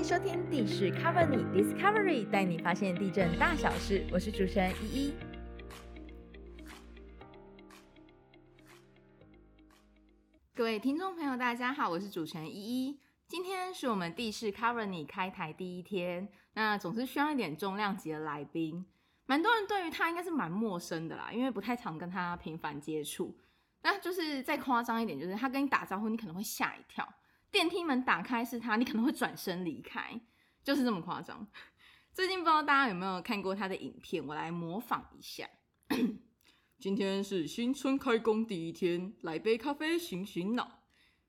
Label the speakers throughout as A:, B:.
A: 收听《地势 Cover 你 Discovery》，带你发现地震大小事。我是主持人依依。
B: 各位听众朋友，大家好，我是主持人依依。今天是我们地势 Cover 你开台第一天，那总是需要一点重量级的来宾，蛮多人对于他应该是蛮陌生的啦，因为不太常跟他频繁接触。那就是再夸张一点，就是他跟你打招呼，你可能会吓一跳；电梯门打开是他， 你可能会转身离开，就是这么夸张。 最近不知道大家有没有看过他的影片，我来模仿一下。 今天是新春开工第一天，来杯咖啡醒醒脑。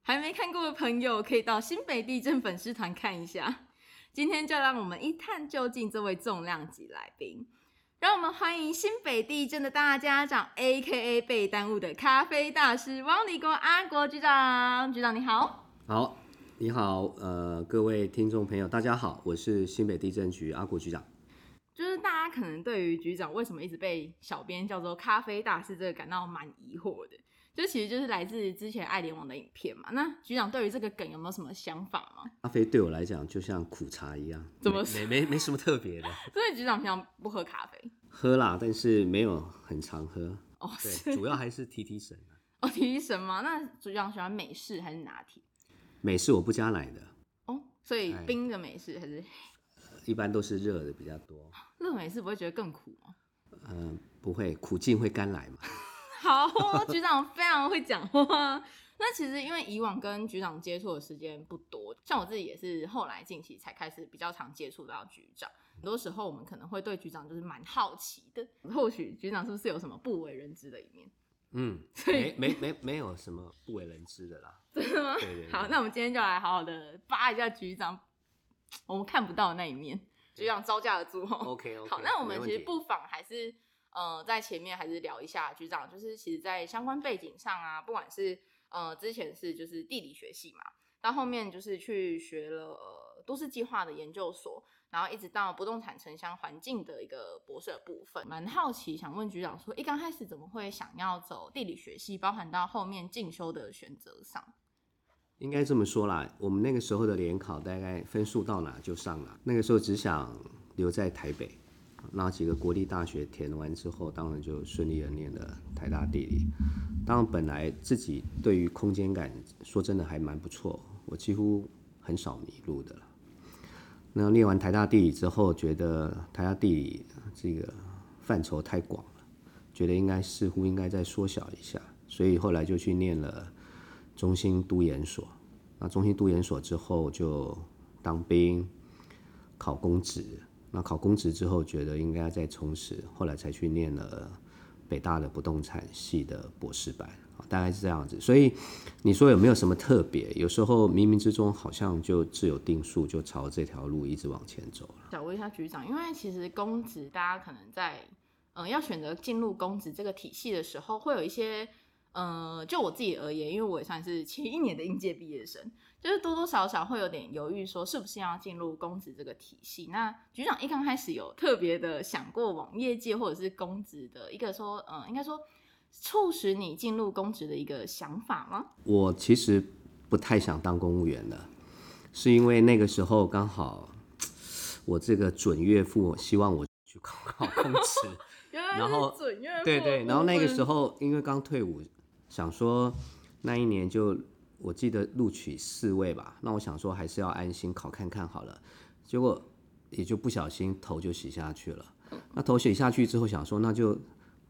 B: 还没看过的朋友可以到新北地震粉丝团看一下。 今天就让我们一探究竟这位重量级来宾，让我们欢迎新北地震的大家长 （A K A 被耽误的咖啡大师）汪立国阿国局长。局长你好，
C: 好，你好，呃，各位听众朋友，大家好，我是新北地震局阿国局长。
B: 就是大家可能对于局长为什么一直被小编叫做咖啡大师这个感到蛮疑惑的，就其实就是来自之前爱联网的影片嘛。那局长对于这个梗有没有什么想法吗？
C: 咖啡对我来讲就像苦茶一样，
B: 怎么
C: 没没没没什么特别的，
B: 所以局长平常不喝咖啡
C: 喝啦，但是没有很常喝。
B: 哦，
C: 对，主要还是提提神啊。
B: 哦提神吗？那局长喜欢美式还是拿铁？
C: 美式我不加奶的，
B: 哦，所以
C: 哎
B: 冰的美式还是
C: 一般都是热的比较多。
B: 热美式不会觉得更苦吗？
C: 嗯、不会，苦尽会甘来嘛。
B: 好哦，局长非常会讲话。那其实因为以往跟局长接触的时间不多，像我自己也是后来近期才开始比较常接触到局长。很多时候我们可能会对局长就是蛮好奇 的，或许局长是不是有什么不为人知的一面？
C: 嗯，
B: 所以
C: 没没没没有什么不为人知的啦。
B: 真的吗？
C: 对对对
B: 好，那我们今天就来好好的扒一下局长我们看不到的那一面，局长招架得住哦。
C: OK，OK，
B: 好，那我们
C: 没问
B: 其
C: 题
B: 实不妨还是呃在前面还是聊一下局长，就是其实，在相关背景上啊，不管是呃之前是就是地理学系嘛，到后面就是去学了、呃、都市计划的研究所，然后一直到不动产城乡环境的一个博士的部分，蛮好奇想问局长说，一刚开始怎么会想要走地理学系，包含到后面进修的选择上？
C: 应该这么说啦，我们那个时候的联考大概分数到哪就上哪，那个时候只想留在台北，然后几个国立大学填完之后，当然就顺利的念了台大地理。当然本来自己对于空间感，说真的还蛮不错，我几乎很少迷路的了。那念完台大地理之后，觉得台大地理这个范畴太广了，觉得应该似乎应该再缩小一下，所以后来就去念了。中心都研所。那中心都研所之后就当兵，考公职。那考公职之后，觉得应该再充实，后来才去念了北大的不动产系的博士班，啊大概是这样子。所以你说有没有什么特别？有时候冥冥之中好像就自有定数，就朝这条路一直往前走了。
B: 想问一下局长，因为其实公职大家可能在嗯、呃要选择进入公职这个体系的时候，会有一些呃，就我自己而言，因为我也算是前一年的应届毕业生，就是多多少少会有点犹豫，说是不是要进入公职这个体系。那局长一刚开始有特别的想过往业界或者是公职的一个说，嗯、应该说促使你进入公职的一个想法吗？
C: 我其实不太想当公务员的，是因为那个时候刚好我这个准岳父希望我去考考公职。
B: 原来是
C: 然后
B: 准岳父
C: 对对，然后那个时
B: 候
C: 候因为刚退伍，想说那一年就我记得录取四位吧，那我想说还是要安心考看看好了，结果也就不小心头就洗下去了。那头洗下去之后，想说那就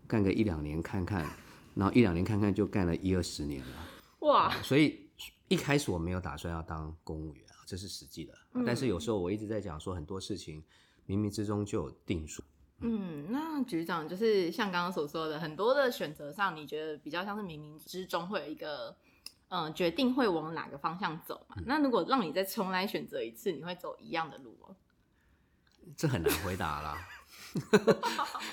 C: 干个一两年看看，然后一两年看看就干了一二十年了。
B: 哇，
C: 啊所以一开始我没有打算要当公务员啊，这是实际的。但是有时候我一直在讲说，很多事情冥冥之中就有定数。
B: 嗯，那局长就是像刚刚所说的，很多的选择上，你觉得比较像是冥冥之中会有一个，嗯、决定会往哪个方向走嘛？那如果让你再重来选择一次，你会走一样的路哦？
C: 这很难回答啦，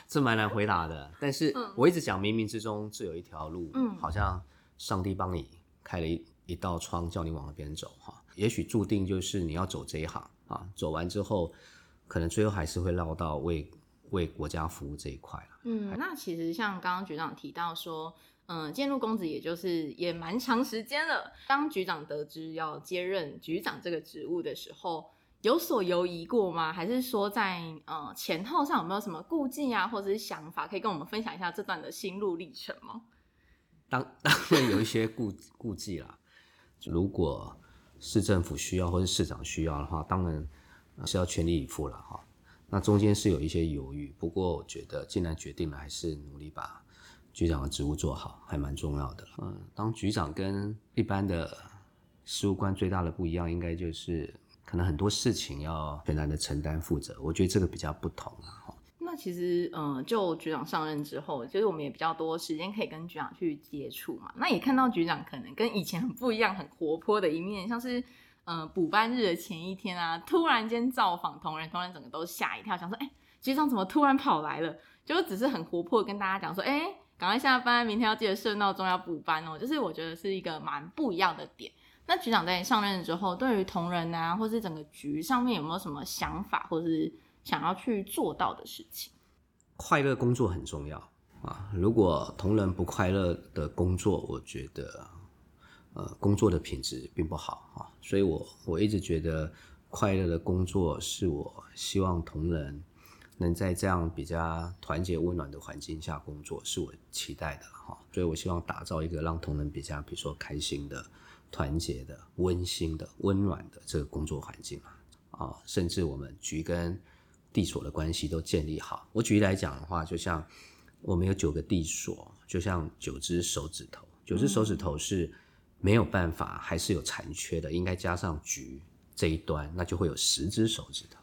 C: 这蛮难回答的。但是我一直讲，冥冥之中自有一条路，
B: 嗯
C: 好像上帝帮你开了一一道窗，叫你往那边走哈。也许注定就是你要走这一行啊，走完之后，可能最后还是会绕到为为国家服务这一块啦。
B: 嗯，那其实像刚刚局长提到说，嗯、进入公职也就是也蛮长时间了。当局长得知要接任局长这个职务的时候，有所犹疑过吗？还是说在呃前后上有没有什么顾忌啊，或者是想法，可以跟我们分享一下这段的心路历程吗？
C: 当 当然有一些顾顾忌啦。如果市政府需要或是市长需要的话，当然呃是要全力以赴了哈。那中间是有一些犹豫，不过我觉得既然决定了，还是努力把局长的职务做好，还蛮重要的啦。嗯，当局长跟一般的事务官最大的不一样，应该就是可能很多事情要全然的承担负责，我觉得这个比较不同啊。哈
B: 那其实，嗯、就局长上任之后，就是我们也比较多时间可以跟局长去接触嘛。那也看到局长可能跟以前很不一样、很活泼的一面，像是，嗯，补班日的前一天啊，突然间造访同仁，同仁整个都吓一跳，想说，哎、局长怎么突然跑来了？就只是很活泼地跟大家讲说，哎、赶快下班，明天要记得设闹钟，要补班哦。就是我觉得是一个蛮不一样的点。那局长在上任之后，对于同仁啊，或是整个局上面有没有什么想法，或是想要去做到的事情？
C: 快乐工作很重要啊！如果同仁不快乐的工作，我觉得，呃，工作的品质并不好啊。所以我我一直觉得，快乐的工作是我希望同仁能在这样比较团结温暖的环境下工作，是我期待的哈、所以我希望打造一个让同仁比较，比如说开心的、团结的、温馨的、温暖的这个工作环境啊。啊，甚至我们局跟地所的关系都建立好。我举例来讲的话，就像我们有九个地所，就像九只手指头，九只手指头是没有办法，还是有残缺的，应该加上局这一端，那就会有十只手指头。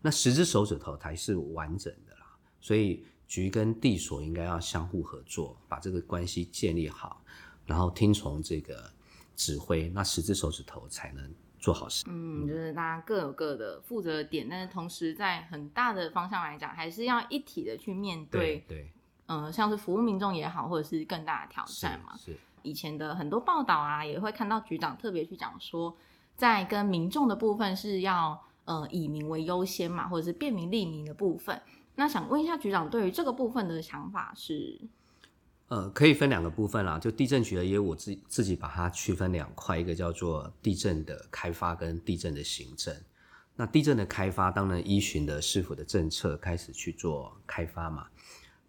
C: 那十只手指头才是完整的啦，所以局跟地所应该要相互合作，把这个关系建立好，然后听从这个指挥，那十只手指头才能做好事。
B: 嗯，就是大家各有各的负责的点，但是同时在很大的方向来讲，还是要一体的去面对，
C: 对，
B: 呃，像是服务民众也好，啊或者是更大的挑
C: 是
B: 战嘛。
C: 是。
B: 以前的很多报道啊，也会看到局长特别去讲说，在跟民众的部分是要呃以民为优先嘛，或者是便民利民的部分。那想问一下局长对于这个部分的想法是？
C: 呃，可以分两个部分啦，就地震局的业务，我自自己把它区分两块，一个叫做地震的开发跟地震的行政。那地震的开发，当然依循的市府的政策开始去做开发嘛。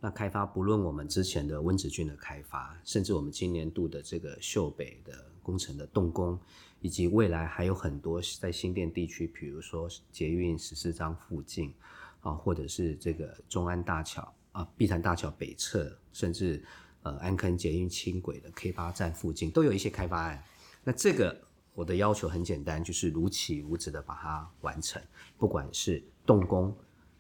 C: 那开发不论我们之前的温子郡的开发，甚至我们今年度的这个秀北的工程的动工，以及未来还有很多在新店地区，比如说捷运十四张附近，啊，或者是这个中安大桥啊、碧潭大桥北侧，甚至呃安坑捷运轻轨的 K 八站附近，都有一些开发案。那这个我的要求很简单，就是如期如职的把它完成，不管是动工、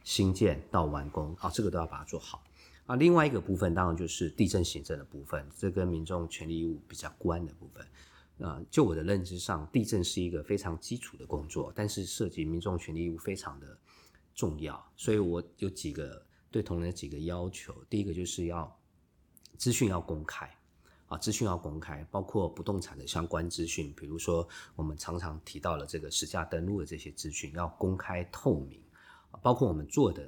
C: 新建到完工啊，这个都要把它做好。啊，另外一个部分当然就是地震行政的部分，这跟民众权利义务比较关的部分。呃，就我的认知上，地震是一个非常基础的工作，但是涉及民众权利义务非常的重要，所以我有几个对同仁的几个要求。第一个就是要资讯要公开啊，资讯要公开，包括不动产的相关资讯，比如说我们常常提到了这个实价登录的这些资讯要公开透明，啊包括我们做的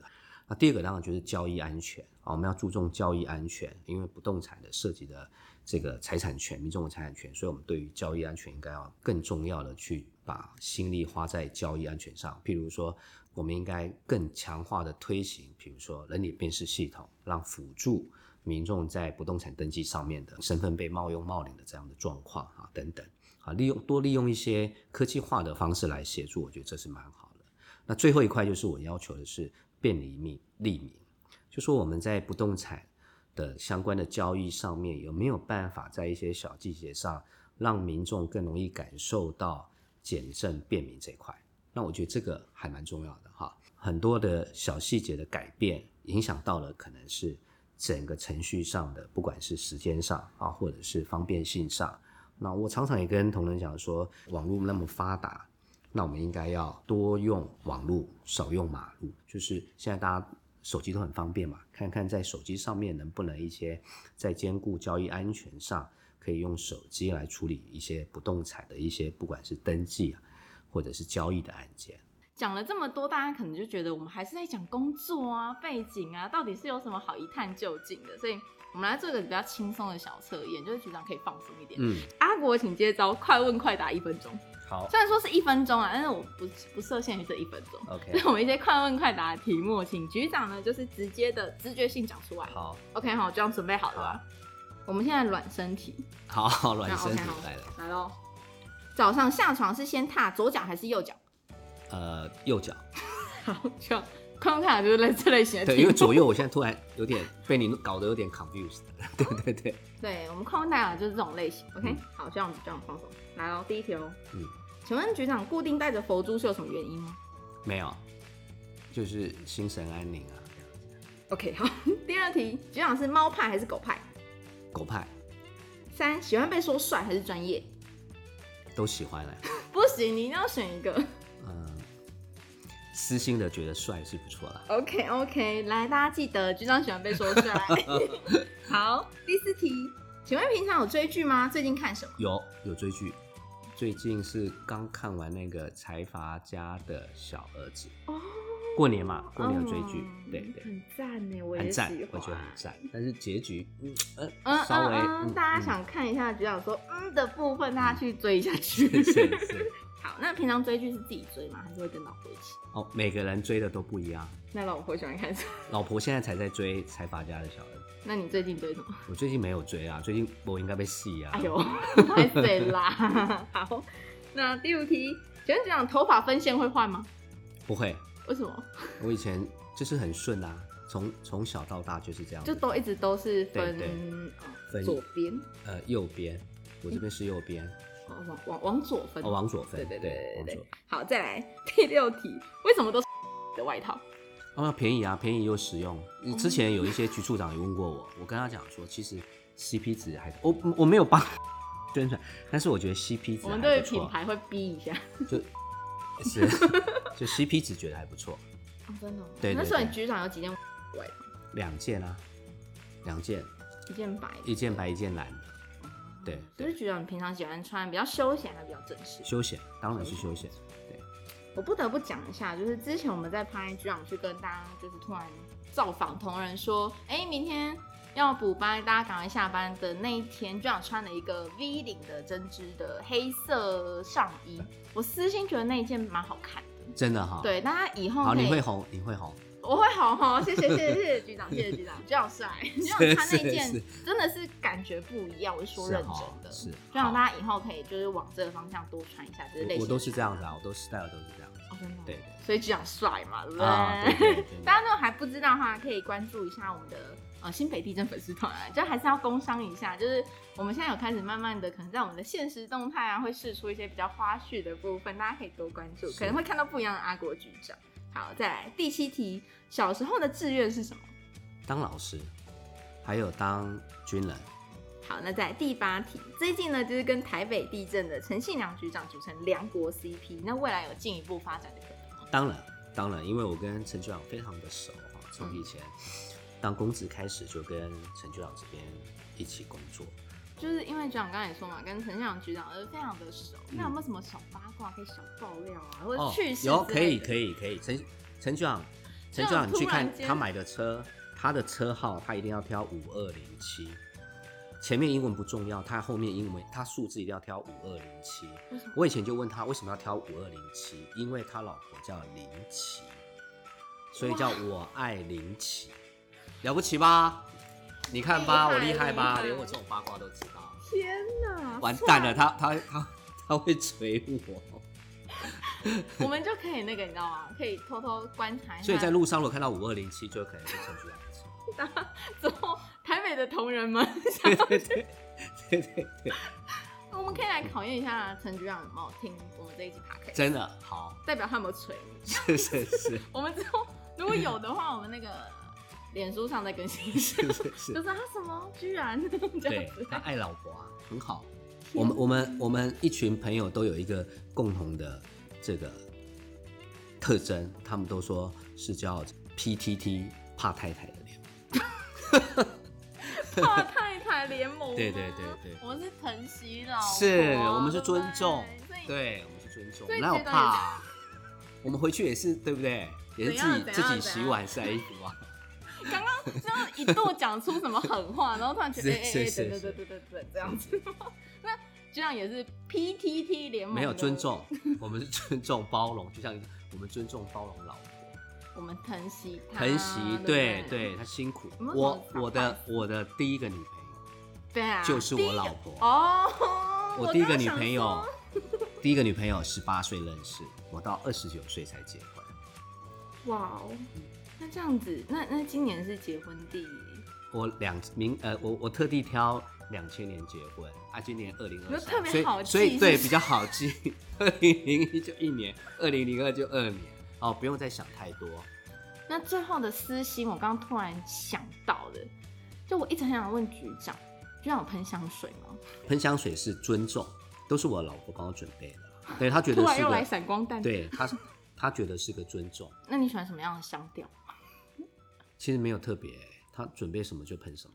C: 那第二个当然就是交易安全啊，我们要注重交易安全，因为不动产的涉及的这个财产权、民众的财产权，所以我们对于交易安全应该要更重要的去把心力花在交易安全上。譬如说，我们应该更强化的推行，比如说人脸辨识系统，让辅助民众在不动产登记上面的身份被冒用、冒领的这样的状况啊等等啊，利用多利用一些科技化的方式来协助，我觉得这是蛮好的。那最后一块就是我要求的是便利民利民，就说我们在不动产的相关的交易上面有没有办法在一些小细节上让民众更容易感受到减震便民这一块？那我觉得这个还蛮重要的哈，很多的小细节的改变影响到了可能是整个程序上的，不管是时间上啊，或者是方便性上。那我常常也跟同仁讲说，网络那么发达，那我们应该要多用网络，少用马路。就是现在大家手机都很方便嘛，看看在手机上面能不能一些在兼顾交易安全上，可以用手机来处理一些不动产的一些不管是登记啊，或者是交易的案件。
B: 讲了这么多，大家可能就觉得我们还是在讲工作啊、背景啊，到底是有什么好一探究竟的？所以我们来做一个比较轻松的小测验，就是局长可以放松一点。
C: 嗯，
B: 阿国，请接招，快问快答一分钟。
C: 好
B: 虽然说是一分钟啊，但是我不不设限于这一分钟。所以
C: ，OK，
B: 我们一些快问快答的题目，请局长呢就是直接的直觉性讲出来。
C: 好，
B: OK，好，这样准备好了啊。我们现在暖身题
C: 好好软身体
B: 那 OK，好
C: 来了，
B: 来喽。早上下床是先踏左脚还是右脚？
C: 呃，右 脚，
B: 好，就快问快答就是类这类型的
C: 对，
B: 题
C: 因
B: 目
C: 为。左右我现在突然有点被你搞得有点 confused，对 对对，
B: 对，我们快问快答就是这种类型。OK，
C: 嗯
B: 好，这样我们这样放松。来喽，第一题哦。
C: 嗯，
B: 请问局长固定戴着佛珠是有什么原因吗
C: 没有，就是心神安宁啊，
B: ？OK，好。 第二题，局长是猫派还是狗派？
C: 狗派
B: 三，喜欢被说帅还是专业？
C: 都喜欢了，
B: 不行，你一定要选一个。
C: 嗯，私心的觉得帅是不错啦。
B: OK OK，来，大家记得局长喜欢被说 帅。好，第四题，请问平常有追剧吗？最近看什么？
C: 有有追剧，最近是刚看完那个财阀家的小儿子，
B: 哦，
C: 过年嘛，过年有追剧，
B: 嗯
C: 对对，
A: 很赞呢，我
C: 很
A: 也喜
C: 赞
A: 欢，，
C: 我觉得很赞，但是结局，嗯
B: 嗯
C: 呃，稍
B: 嗯
C: 微，
B: 嗯，
C: 嗯
B: 大家
C: 嗯
B: 想看一下局长说嗯的部分，大家去追一下剧。
C: 嗯 是是是，
B: 好，那平常追剧是自己追吗？还是会跟老婆一起？
C: 哦，每个人追的都不一样，
B: 那老婆喜欢看什么？
C: 老婆现在才在追财阀家的小儿子，
B: 那你最近追什么？
C: 我最近没有追啊，最近我应该被戏啊
B: 哎， 呦，太水啦！ 好，那第五题，请问局长头发分线会换吗？
C: 不会，
B: 为什么？
C: 我以前就是很顺啊，从从小到大就是这样子，
B: 就都一直都是分
C: 对对
B: 呃
C: 分
B: 左边，
C: 呃右边，我这边是右边，
B: 呃往往往往左分。
C: 哦往左分，
B: 嗯对对对对
C: 往
B: 对
C: 左
B: 对。。好，再来第六题，为什么都是的外套？
C: 哦，那便宜啊，便宜又实用。之前有一些局处长也问过我，我跟他讲说，其实 CP 值还我我没有帮 宣传，但是我觉得 CP 值
B: 我
C: 还
B: 们对
C: 不
B: 品
C: 错，
B: 牌会逼一下。
C: 是就 CP 值觉得还不错，
B: 哦，真的、哦。
C: 对对
B: 那时候你
C: 对
B: 局长有几件外套？
C: 两件啊，两件，
B: 一件白。
C: 一件白一件蓝，对
B: 就
C: 对
B: 是，局长平常喜欢穿比较休闲，还比较正式。
C: 休闲当然是休闲，
B: 我不得不讲一下，就是之前我们在拍局长去跟大家，就是突然造访同仁说，哎、明天要补班，大家赶快下班的那一天，局长穿了一个 V 领的针织的黑色上衣，我私心觉得那一件蛮好看的。
C: 真的哈。，
B: 嗯对，大家以后
C: 好，
B: 可以
C: 你会红，你会红，
B: 我会好哈，谢谢谢谢谢谢局长，谢谢局 长，局长帅，局长穿那
C: 是
B: 件
C: 是
B: 真的是感觉不一样，我是说
C: 是
B: 认
C: 哈
B: 真的，
C: 是
B: 局长
C: 好
B: 大家以后可以就是往这个方向多穿一下，就是类型
C: 我我都是
B: 的
C: 这样子啊，我都 style 都是这样子。
B: 哦，真的哦
C: 对，
B: 所以局长帅嘛，对不对？
C: 啊对对对
B: 大家如果还不知道的话，可以关注一下我们的呃新北地震粉丝团，啊就还是要工商一下，就是我们现在有开始慢慢的，可能在我们的现实动态啊，会试出一些比较花絮的部分，大家可以多关注，
C: 是
B: 可能会看到不一样的阿国局长。好，再来第七题，小时候的志愿是什么？
C: 当老师，还有当军人，
B: 好，那在第八题，最近呢就是跟台北地震的陈信良局长组成梁国 CP，那未来有进一步发展的可能吗？
C: 当然，当然，因为我跟陈局长非常的熟哈，从以前当公职开始就跟陈局长这边一起工作。
B: 就是因为局长刚才也说嘛，跟陈向局长就是非常的熟，
C: 嗯
B: 那有没有什么小八卦可以小爆料啊，或者
C: 哦
B: 趣，事、
C: 有可以可
B: 以。
C: 以可以，陈陈局长，
B: 这
C: 陈
B: 样
C: 局长，你去
B: 突
C: 看
B: 然间
C: 他买的车，他的车号他一定要挑五二零七。前面英文不重要，他后面英文他数字一定要挑五二零七
B: 为什么。
C: 我以前就问他为什么要挑五二零七，因为他老婆叫林奇，所以叫我爱林奇，了不起吧？你看吧，我
B: 厉
C: 厉
B: 害
C: 害吧，
B: 厉害啊
C: 连我这种八卦都知道，
B: 天哪，
C: 完蛋了，他他他他会锤我。
B: 我们就可以那个你知道吗？可以偷偷观察一下，
C: 所以在路上如果看到五二零七，就可能是陈局长的车。
B: 之后台北的同仁们，
C: 对对对对对对，
B: 我们可以来考验一下陈局长有没有听我们这一集 p o d
C: 真的好，
B: 代表他有没有锤你。
C: 是是是
B: 我们之后如果有的话，我们那个脸书上再更新一下，
C: 是是，
B: 就是是他什么居然这
C: 对
B: 样子，
C: 他 爱老婆啊，很好。我们我们我们一群朋友都有一个共同的这个特征，他们都说是叫 PTT 怕太太的脸。
B: 跨太太联盟吗，
C: 对对对对
B: 我们是疼惜老婆，
C: 是我们是尊重
B: 对不对，
C: 对，我们是尊重
B: 所，以
C: 哪有
B: 这段
C: 怕啊、我们回去也是对不对？也
B: 怎
C: 是
B: 样怎
C: 自己自
B: 样
C: 己
B: 怎
C: 洗
B: 样
C: 碗晒衣服啊。
B: 所以刚刚这样一度讲出什么狠话，然后突然觉得
C: 是
B: 哎哎哎，
C: 是是
B: 对对 对
C: 是
B: 对对对，这样子。那这样也是 PTT 联盟
C: 没有
B: 的
C: 尊，重， 我们是尊重包容，就像我们尊重包容老婆，
B: 我们疼惜他，
C: 疼惜，
B: 啊对
C: 对
B: 不
C: 对，她辛苦。
B: 我们
C: 我
B: 怎么
C: 我的我的第一个女朋友
B: 对啊，
C: 就是我
B: 第
C: 老
B: 一
C: 婆，
B: 个哦，
C: 我
B: 我
C: 第一个
B: 刚
C: 女
B: 想
C: 朋友
B: 说，
C: 第一个女朋友十八岁认识，我到二十九岁才结婚。
B: 哇哦，那这样子，那那今年是结婚第一。
C: 我两明呃，我我特地挑两千年结婚啊，今年二零
B: 你说
C: 二
B: 特
C: 三，所
B: 别好
C: 以
B: 记
C: 所以对
B: 是不是
C: 比较好记。 二零零一就一年，二零零二就二年，哦，不用再想太多。
B: 那最后的私心，我刚刚突然想到了，就我一直很想问局长，局长有喷香水吗？
C: 喷香水是尊重，都是我老婆帮我准备的，对她觉
B: 突
C: 得
B: 然
C: 是
B: 又来
C: 个，
B: 闪光弹，，
C: 对她她觉得是个尊重，
B: 那你喜欢什么样的香调？
C: 其实没有特别，她准备什么就喷什么。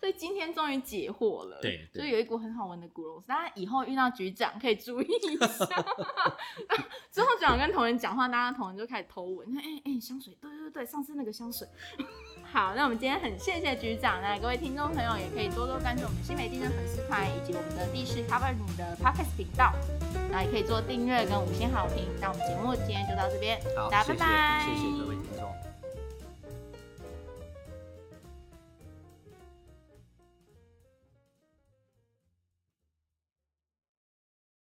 B: 所以今天终于解惑了，
C: 对对
B: 就有一股很好闻的古龙水。大家以后遇到局长可以注意一下。 之后局长跟同仁讲话，大家同仁就开始偷闻，哎哎、哎香水，对对对，上次那个香水。 好，那我们今天很谢谢局长，那各位听众朋友也可以多多关注我们新美地震粉丝团以及我们的地势 Cover 你的 Podcast 频道，那也可以做订阅跟五星好评。那我们节目今天就到这边，
C: 好，
B: 大家
C: 谢
B: 拜
C: 谢
B: 拜，
C: 谢谢各位听众。